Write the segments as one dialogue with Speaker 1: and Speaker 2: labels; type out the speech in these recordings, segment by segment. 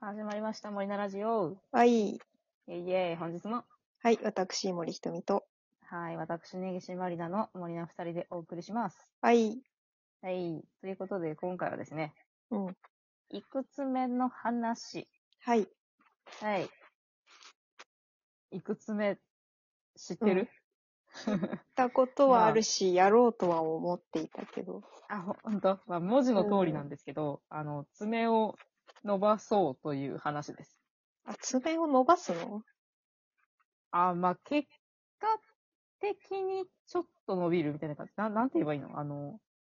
Speaker 1: 始まりました、森菜ラジオ。
Speaker 2: はい。
Speaker 1: イェイイェイ、本日も。
Speaker 2: はい、私、森ひとみと。
Speaker 1: はい、私、根岸まりなの森菜二人でお送りします。
Speaker 2: はい。
Speaker 1: はい、ということで、今回はですね、
Speaker 2: うん。
Speaker 1: いくつ目の話。
Speaker 2: はい。
Speaker 1: はい。いくつ目、知ってる、
Speaker 2: たこと
Speaker 1: まあ
Speaker 2: はあるし、やろうとは思っていたけど。
Speaker 1: あ、ほほんと、まあ、文字の通りなんですけど、あの、爪を伸ばそうという話です。
Speaker 2: あ、爪を伸ばすの
Speaker 1: あ、まあ、結果的にちょっと伸びるみたいな感じ。ななんて言えばいいのあの、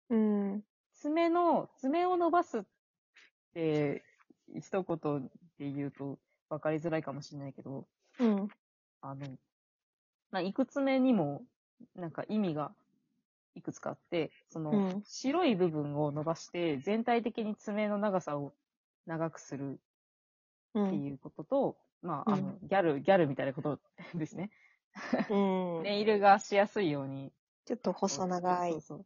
Speaker 2: うん。
Speaker 1: 爪の、爪を伸ばすって、一言で言うと分かりづらいかもしれないけど、
Speaker 2: うん。
Speaker 1: あの、まあ、いくつ目にも、なんか意味がいくつかあって、その、
Speaker 2: うん
Speaker 1: 白い部分を伸ばして、全体的に爪の長さを長くする
Speaker 2: う
Speaker 1: って
Speaker 2: ん。
Speaker 1: いうことと、まあ、あの、ギャル、ギャルみたいなことですね。
Speaker 2: うん。
Speaker 1: ネイルがしやすいように。
Speaker 2: ちょっと細長い
Speaker 1: そう。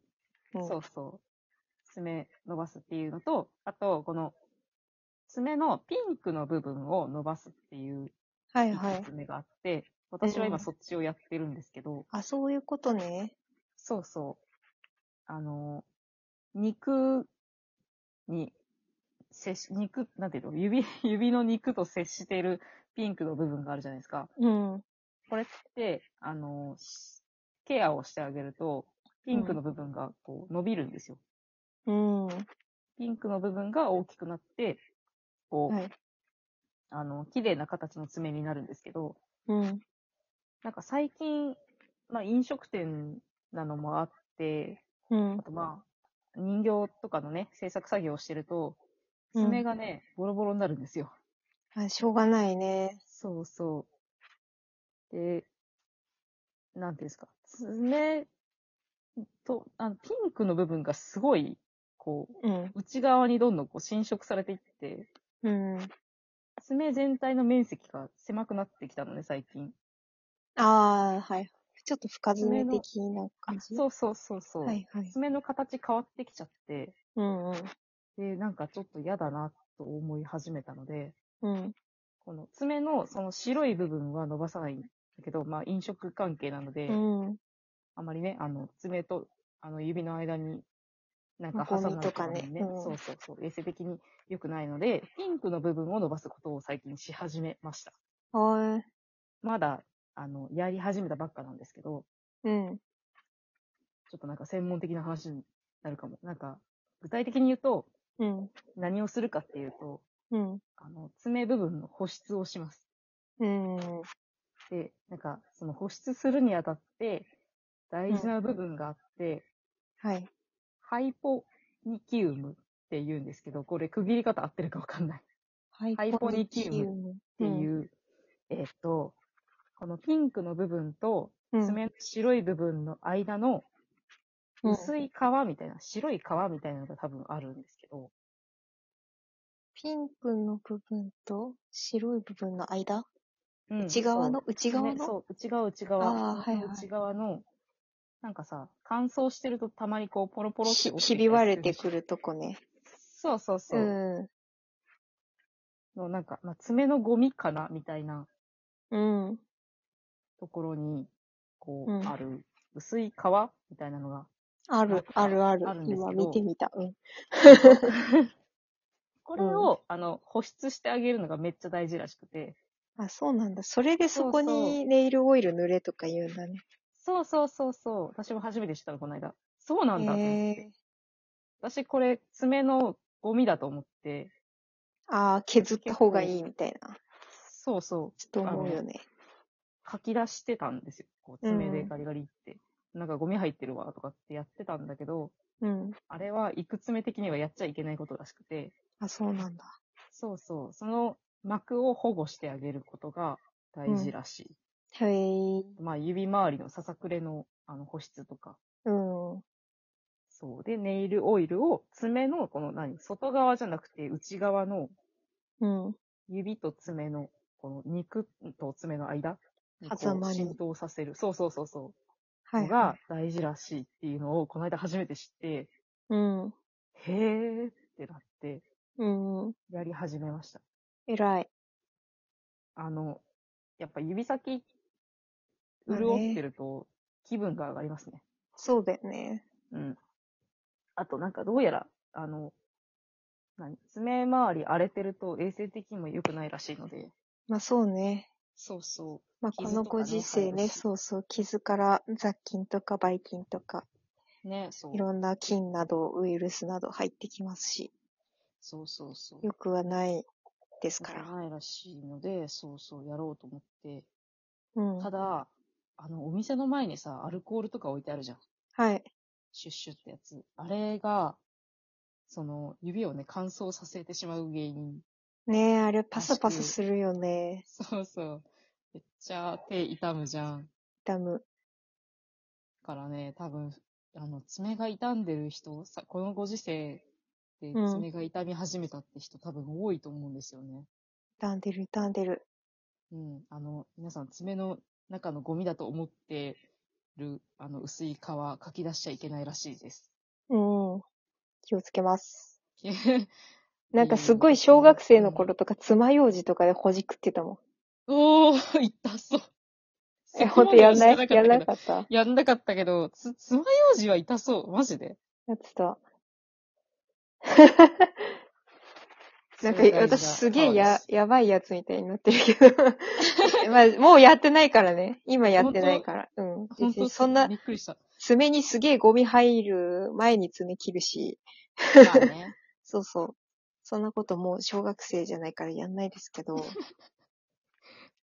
Speaker 1: そう
Speaker 2: うん
Speaker 1: そうそう。爪伸ばすっていうのと、あと、この、爪のピンクの部分を伸ばすっていう
Speaker 2: はいはい。
Speaker 1: 爪があって、私は今そっちをやってるんですけど、
Speaker 2: あ、そういうことね。
Speaker 1: そうそう。あの、肉に、接し、肉、なんていうの指、 指の肉と接してるピンクの部分があるじゃないですか。
Speaker 2: うん。
Speaker 1: これって、あの、しケアをしてあげると、ピンクの部分がこう伸びるんですよ。
Speaker 2: うん。は
Speaker 1: ピンクの部分が大きくなって、こう、
Speaker 2: い。
Speaker 1: あの、綺麗な形の爪になるんですけど、
Speaker 2: うん。
Speaker 1: なんか最近、まあ飲食店なのもあって、
Speaker 2: うん
Speaker 1: あ。とまあ、人形とかのね、制作作業をしてると、
Speaker 2: うん
Speaker 1: 爪がね、ボロボロになるんですよ。
Speaker 2: あ、しょうがないね。
Speaker 1: そうそう。で、なんていうんですか、爪と、あの、ピンクの部分がすごい、こ
Speaker 2: うん。
Speaker 1: う、内側にどんどんこう侵食されていって、
Speaker 2: うん。
Speaker 1: 爪全体の面積が狭くなってきたのね、最近。
Speaker 2: ああ、はい。ちょっと深爪的な感じ。
Speaker 1: そうそうそうそう。
Speaker 2: はいはい。
Speaker 1: 爪の形変わってきちゃって、
Speaker 2: うんうん。
Speaker 1: で、なんかちょっと嫌だなと思い始めたので、
Speaker 2: うん。
Speaker 1: この爪のその白い部分は伸ばさないんだけど、まあ飲食関係なので、
Speaker 2: うん。
Speaker 1: あまりね、あの、爪とあの指の間に、なんか挟
Speaker 2: ゴミ
Speaker 1: まない
Speaker 2: とかねうん
Speaker 1: そうそうそう。衛生的に良くないので、ピンクの部分を伸ばすことを最近し始めました。
Speaker 2: は
Speaker 1: まだ、あの、やり始めたばっかなんですけど、
Speaker 2: い。うん。
Speaker 1: ちょっとなんか専門的な話になるかも。なんか、具体的に言うと、
Speaker 2: うん。
Speaker 1: 何をするかっていうと、
Speaker 2: うん。
Speaker 1: あの、爪部分の保湿をします。
Speaker 2: うん。
Speaker 1: で、なんか、その保湿するにあたって、大事な部分があって、
Speaker 2: はい。
Speaker 1: ハイポニキウムって言うんですけど、これ区切り方合ってるかわかんない。っ
Speaker 2: ハ
Speaker 1: イポニキウ
Speaker 2: ムって
Speaker 1: いう、えーっと、このピンクの部分と
Speaker 2: うん、
Speaker 1: 爪の白い部分の間の
Speaker 2: うん
Speaker 1: 薄い皮みたいな、白い皮みたいなのが多分あるんですけど、
Speaker 2: ピンクの部分と白い部分の間、
Speaker 1: うん
Speaker 2: 内側の内
Speaker 1: そう
Speaker 2: 側
Speaker 1: ね
Speaker 2: の
Speaker 1: そう、内側、内側。
Speaker 2: あーはいはい
Speaker 1: 内側の、なんかさ、乾燥してるとたまにこう、ポロポロって
Speaker 2: ひ
Speaker 1: 落ち
Speaker 2: ひ
Speaker 1: てきたりする
Speaker 2: び割れてくるとこね。
Speaker 1: そうそうそうう。
Speaker 2: ん。
Speaker 1: の、なんか、まあ、爪のゴミかなみたいな
Speaker 2: うん。
Speaker 1: ところに、こう、
Speaker 2: うん
Speaker 1: ある、薄い皮みたいなのが。
Speaker 2: ある、あるある
Speaker 1: あるん。ですけど
Speaker 2: 今見てみた。うん。
Speaker 1: これを、あの、保湿してあげるのがめっちゃ大事らしくて。
Speaker 2: あ、そうなんだ。それでそこ
Speaker 1: そうそ
Speaker 2: にネイルオイル塗れとか言うんだね。
Speaker 1: そうそうそうそう。私も初めて知ったの、この間。そうなんだと思って。
Speaker 2: え
Speaker 1: 私、これ、爪のゴミだと思って。
Speaker 2: ー、ああ、削った方がいいみたいな。
Speaker 1: そうそう。
Speaker 2: ちょっと思うよね。
Speaker 1: 書き出してたんですよ。こう爪でガリガリって、なんかゴミ入ってるわとかってやってたんだけど、
Speaker 2: うん。
Speaker 1: あれはいくつ目的にはやっちゃいけないことらしくて、
Speaker 2: あ、そうなんだ。
Speaker 1: そうそう、その膜を保護してあげることが大事らしい。
Speaker 2: へえ。
Speaker 1: まあ指周りのささくれのあの保湿とか。
Speaker 2: うん。
Speaker 1: そう。で、ネイルオイルを爪のこの何外側じゃなくて内側の
Speaker 2: うん。
Speaker 1: 指と爪のこの肉と爪の間にこう
Speaker 2: 狭間に
Speaker 1: 浸透させる。そうそうそうそう。
Speaker 2: はい
Speaker 1: の
Speaker 2: は
Speaker 1: が大事らしいっていうのを、この間初めて知って、
Speaker 2: い。うん。
Speaker 1: へーってなって、
Speaker 2: うん。
Speaker 1: やり始めました。
Speaker 2: 偉い。
Speaker 1: あの、やっぱ指先、
Speaker 2: まあね
Speaker 1: 潤ってると気分が上がりますね。
Speaker 2: そうだよね。
Speaker 1: うん。あと、なんかどうやら、あの、何爪周り荒れてると衛生的にも良くないらしいので。
Speaker 2: まあそうね。
Speaker 1: そうそ
Speaker 2: まあこのご時世ね、
Speaker 1: 傷とか
Speaker 2: そうそう、傷から雑菌とかばい菌とか、
Speaker 1: う。ね、そう
Speaker 2: い。ろんな菌など、ウイルスなど入ってきますし、
Speaker 1: そうそうそう。
Speaker 2: よくはないです
Speaker 1: 良く
Speaker 2: から。
Speaker 1: ないらしいので、そうそう、やろうと思って。
Speaker 2: うん。
Speaker 1: た
Speaker 2: は
Speaker 1: だ、あの、お店の前にさ、アルコールとか置いてあるじゃん。
Speaker 2: い。
Speaker 1: シュッシュってやつ。あれが、その、指をね、乾燥させてしまう原因。
Speaker 2: ねえ、あれパサパサするよね。
Speaker 1: そうそう。めっちゃ手痛むじゃん。
Speaker 2: ダム。
Speaker 1: からね、多分、あの、爪が傷んでる人、さこのご時世で
Speaker 2: うん
Speaker 1: 爪が痛み始めたって人、多分多いと思うんですよね。
Speaker 2: 傷んでる、傷んでる。
Speaker 1: うん。あの、皆さん爪の中のゴミだと思ってる、あの、薄い皮、かき出しちゃいけないらしいです。
Speaker 2: うん。気をつけます。
Speaker 1: ん
Speaker 2: なんかすごい小学生の頃とか、爪楊枝とかでほじくってたも
Speaker 1: おー、痛そう。
Speaker 2: ん。え、ほんとやんない
Speaker 1: そこまではして
Speaker 2: やん
Speaker 1: けど
Speaker 2: なかった
Speaker 1: やんなかったけど、つ、爪楊枝は痛そう。マジで。
Speaker 2: やってた。なんか
Speaker 1: それが
Speaker 2: 私すげえ
Speaker 1: 今
Speaker 2: や
Speaker 1: です、
Speaker 2: やばいやつみたいになってるけ ど。まあ、もうやってないからね。今やってないから。う
Speaker 1: 本
Speaker 2: ん。別
Speaker 1: 当
Speaker 2: にそんな
Speaker 1: びっくり した。
Speaker 2: 爪にすげえゴミ入る前に爪切るし。
Speaker 1: まあね。
Speaker 2: そうそう。そんなこともう小学生じゃないからやんないです けど。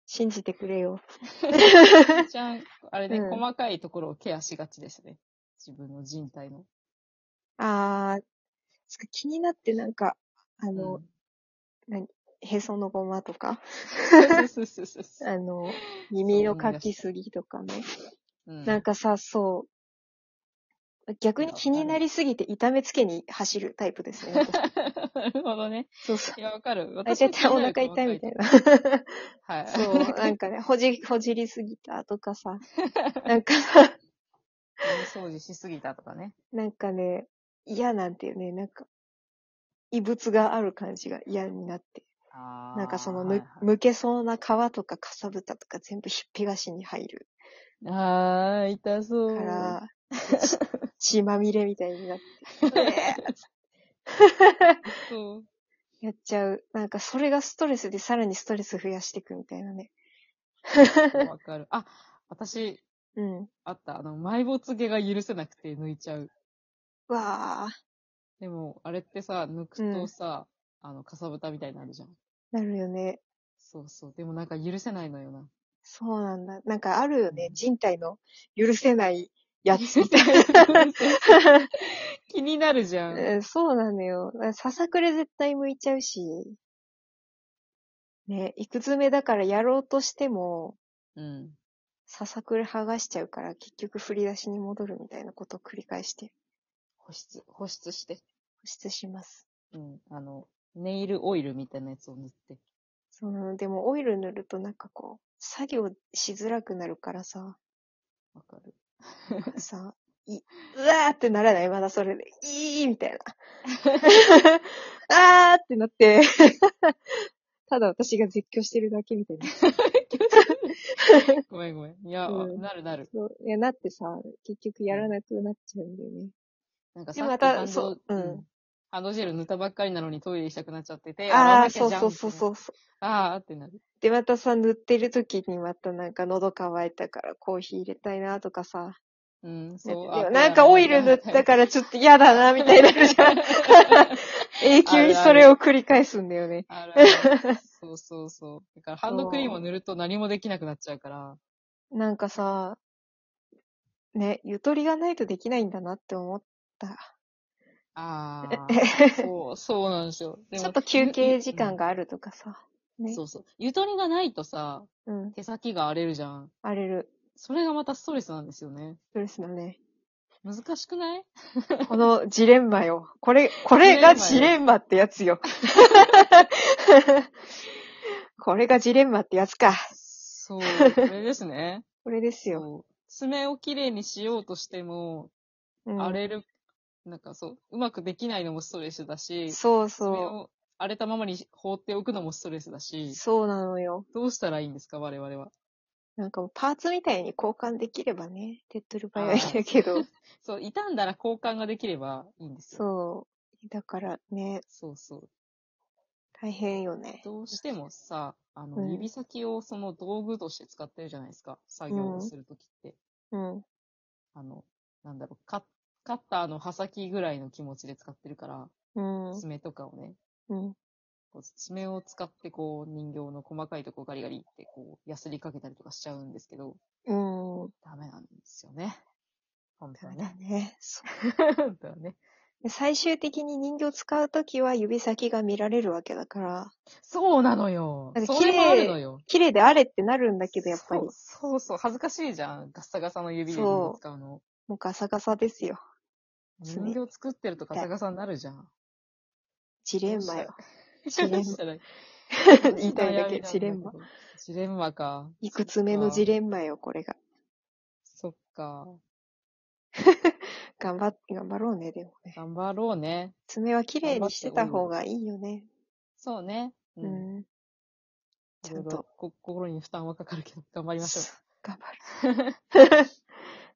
Speaker 2: 信じてくれよ。
Speaker 1: ちゃん、あれね、
Speaker 2: うん
Speaker 1: 細かいところをケアしがちですね。自分の人体の。
Speaker 2: あー、つか気になってなんか、あ の、
Speaker 1: うん
Speaker 2: へそのごまとか、
Speaker 1: そうそうそうそうそう。
Speaker 2: あの、耳の
Speaker 1: そう思い出
Speaker 2: か
Speaker 1: した
Speaker 2: きすぎとかね。
Speaker 1: うん
Speaker 2: なんかさ、そう。逆に気になりすぎて痛めつけに走るタイプですね。
Speaker 1: なるほどね。
Speaker 2: そうそう。
Speaker 1: いや、わかる。
Speaker 2: 大体お腹痛いみたいな。
Speaker 1: な。はい。
Speaker 2: そう、なんかね、ほじ、ほじりすぎたとか さ。なんかさ、
Speaker 1: 掃除しすぎたとかね。
Speaker 2: なんかね、嫌なんていうね、なんか、異物がある感じが嫌になって。
Speaker 1: あー
Speaker 2: なんかその、
Speaker 1: はい
Speaker 2: む、むけそうな皮とかかさぶたとか全部ひっぺがしに入る
Speaker 1: はいあー、痛そ
Speaker 2: か
Speaker 1: う。
Speaker 2: ら、 血血まみれみたいになって。
Speaker 1: そう。
Speaker 2: やっちゃう。なんか、それがストレスでさらにストレス増やしていくみたいなね。
Speaker 1: わかる。あ、私、
Speaker 2: うん。
Speaker 1: あった。あの、埋没毛が許せなくて抜いちゃう。
Speaker 2: わあ、
Speaker 1: でも、あれってさ、抜くとさ、あの、かさぶたみたいになるじゃん。
Speaker 2: なるよね。
Speaker 1: そうそう。でもなんか許せないのよな。
Speaker 2: そうなんだ。なんかあるよね
Speaker 1: う。ん
Speaker 2: 人体の許せない やつみたい
Speaker 1: い気になるじゃ
Speaker 2: な。
Speaker 1: ん。
Speaker 2: うんそうなのよ。ささくれ絶対向いちゃうし。ね、いくつめだからやろうとしても、
Speaker 1: うん。
Speaker 2: ささくれ剥がしちゃうから結局振り出しに戻るみたいなことを繰り返して
Speaker 1: 保湿、保湿して。
Speaker 2: 保湿します。
Speaker 1: うん。あの、ネイルオイルみたいなやつを塗って。
Speaker 2: そうなの。でもオイル塗るとなんかこう、作業しづらくなるからさ。
Speaker 1: わかる。
Speaker 2: さ、い、うわーってならないまだそれで、いーみ たいな。あーって なって、ただ私が絶叫してるだけみたいな。
Speaker 1: ごめんごめん。いや、
Speaker 2: うん
Speaker 1: なるなる。
Speaker 2: そういや、なってさ、結局やらなくなっちゃうんだよね。
Speaker 1: なんか
Speaker 2: で
Speaker 1: さっ
Speaker 2: も
Speaker 1: き
Speaker 2: また
Speaker 1: ハンド
Speaker 2: そううん
Speaker 1: ハンドジェル塗ったばっかりなのにトイレしたくなっちゃってて、洗わ
Speaker 2: あ
Speaker 1: な
Speaker 2: あ、
Speaker 1: きゃ
Speaker 2: そう
Speaker 1: じゃん。
Speaker 2: そうそうそううそう。
Speaker 1: あーってなる。
Speaker 2: で、またさ、塗ってる時にまたなんか喉乾いたからコーヒー入れたいなとかさ。
Speaker 1: うん、
Speaker 2: で
Speaker 1: そう。
Speaker 2: もなんかオイル塗った
Speaker 1: ら。
Speaker 2: からちょっと嫌だなみたいになるじ ゃん。永久にそれを繰り返すんだよね。
Speaker 1: あるあ るそうそうそう。だからハンドクリームを塗ると何もできなくなっちゃうから。
Speaker 2: なんかさ、ね、ゆとりがないとできないんだなって思った。
Speaker 1: ああ、
Speaker 2: ち
Speaker 1: そう、そうなんですよ。 でも
Speaker 2: ょっと休憩時間
Speaker 1: が、
Speaker 2: があるとかさ。
Speaker 1: うん
Speaker 2: ね。
Speaker 1: そうそう。ゆとりがないとさ、
Speaker 2: うん。
Speaker 1: 手先が荒れるじゃん。
Speaker 2: 荒れる。
Speaker 1: それがまたストレスなんですよね。
Speaker 2: ストレスだね。
Speaker 1: 難しく ない
Speaker 2: このジレンマよ。これ、これがジレンマってやつよ。 これがジレンマってやつか。
Speaker 1: そう、これですね。
Speaker 2: これですよ。
Speaker 1: そう爪をきれいにしようとしても、
Speaker 2: うん
Speaker 1: 荒れる、なんかそう、うまくできないのもストレスだし、
Speaker 2: そう
Speaker 1: 爪
Speaker 2: そ
Speaker 1: を荒れたままに放っておくのもストレスだし、
Speaker 2: そうなのよ。
Speaker 1: どうしたらいいんですか、我々は。
Speaker 2: なんかもうパーツみたいに交換できればね、手っ取り早いんだけど。
Speaker 1: そう、傷んだら交換ができればいいんですよ。
Speaker 2: そう。だからね、
Speaker 1: そうそう。
Speaker 2: 大変よね。
Speaker 1: どうしてもさ、あ
Speaker 2: う
Speaker 1: の、
Speaker 2: ん
Speaker 1: 指先をその道具として使ってるじゃないですか、作業をするときって。
Speaker 2: うん。
Speaker 1: あの、なんだろう、カッカッターの刃先ぐらいの気持ちで使ってるから、
Speaker 2: うん。
Speaker 1: 爪とかをね、
Speaker 2: うん。
Speaker 1: こう爪を使ってこう人形の細かいとこガリガリってこう、ヤスリかけたりとかしちゃうんですけど、
Speaker 2: うん。
Speaker 1: ダメなんですよね。本当
Speaker 2: そ
Speaker 1: は
Speaker 2: うだ
Speaker 1: ね。
Speaker 2: ね。そ
Speaker 1: 本当はね。
Speaker 2: う最終的に人形使うときは指先が見られるわけだから、
Speaker 1: そうなのよ
Speaker 2: だ。って
Speaker 1: それもあるのよ。
Speaker 2: 綺麗であれってなるんだけど、やっぱり
Speaker 1: そう。そうそう、恥ずかしいじゃん。ガッサガサの指で人形
Speaker 2: そう
Speaker 1: 使うの。
Speaker 2: もうガサガサですよ。爪
Speaker 1: 人形作ってるとガサガサになるじゃん。
Speaker 2: ジレンマよ。ジレン マ
Speaker 1: どうしたらいい
Speaker 2: 言いたいだけジレンマ。
Speaker 1: ジレンマか。
Speaker 2: いくつ目のジレンマよ、これが。
Speaker 1: そっか。
Speaker 2: 頑張っ、頑張ろうね、でもね。
Speaker 1: 頑張ろうね。
Speaker 2: 爪は綺麗にしてた方がいいよね。
Speaker 1: そうね。
Speaker 2: う。ん。ちゃん
Speaker 1: いろいろ
Speaker 2: と。
Speaker 1: こ心に負担はかかるけど、頑張りましょう。
Speaker 2: 頑張る。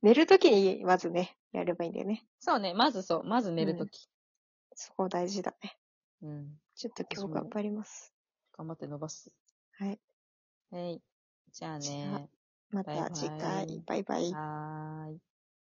Speaker 2: 寝るときにまずね、やればいいんだよね。
Speaker 1: そうね。まずそう。まず寝るとき。
Speaker 2: そこ大事だね。
Speaker 1: うん。
Speaker 2: ちょっと今日頑張ります。
Speaker 1: 頑張って伸ばす。
Speaker 2: はい。
Speaker 1: はい。じゃあ
Speaker 2: じゃあ
Speaker 1: ね。
Speaker 2: ま
Speaker 1: バイバ
Speaker 2: た
Speaker 1: イ
Speaker 2: 次回、バイバイ。
Speaker 1: はーい。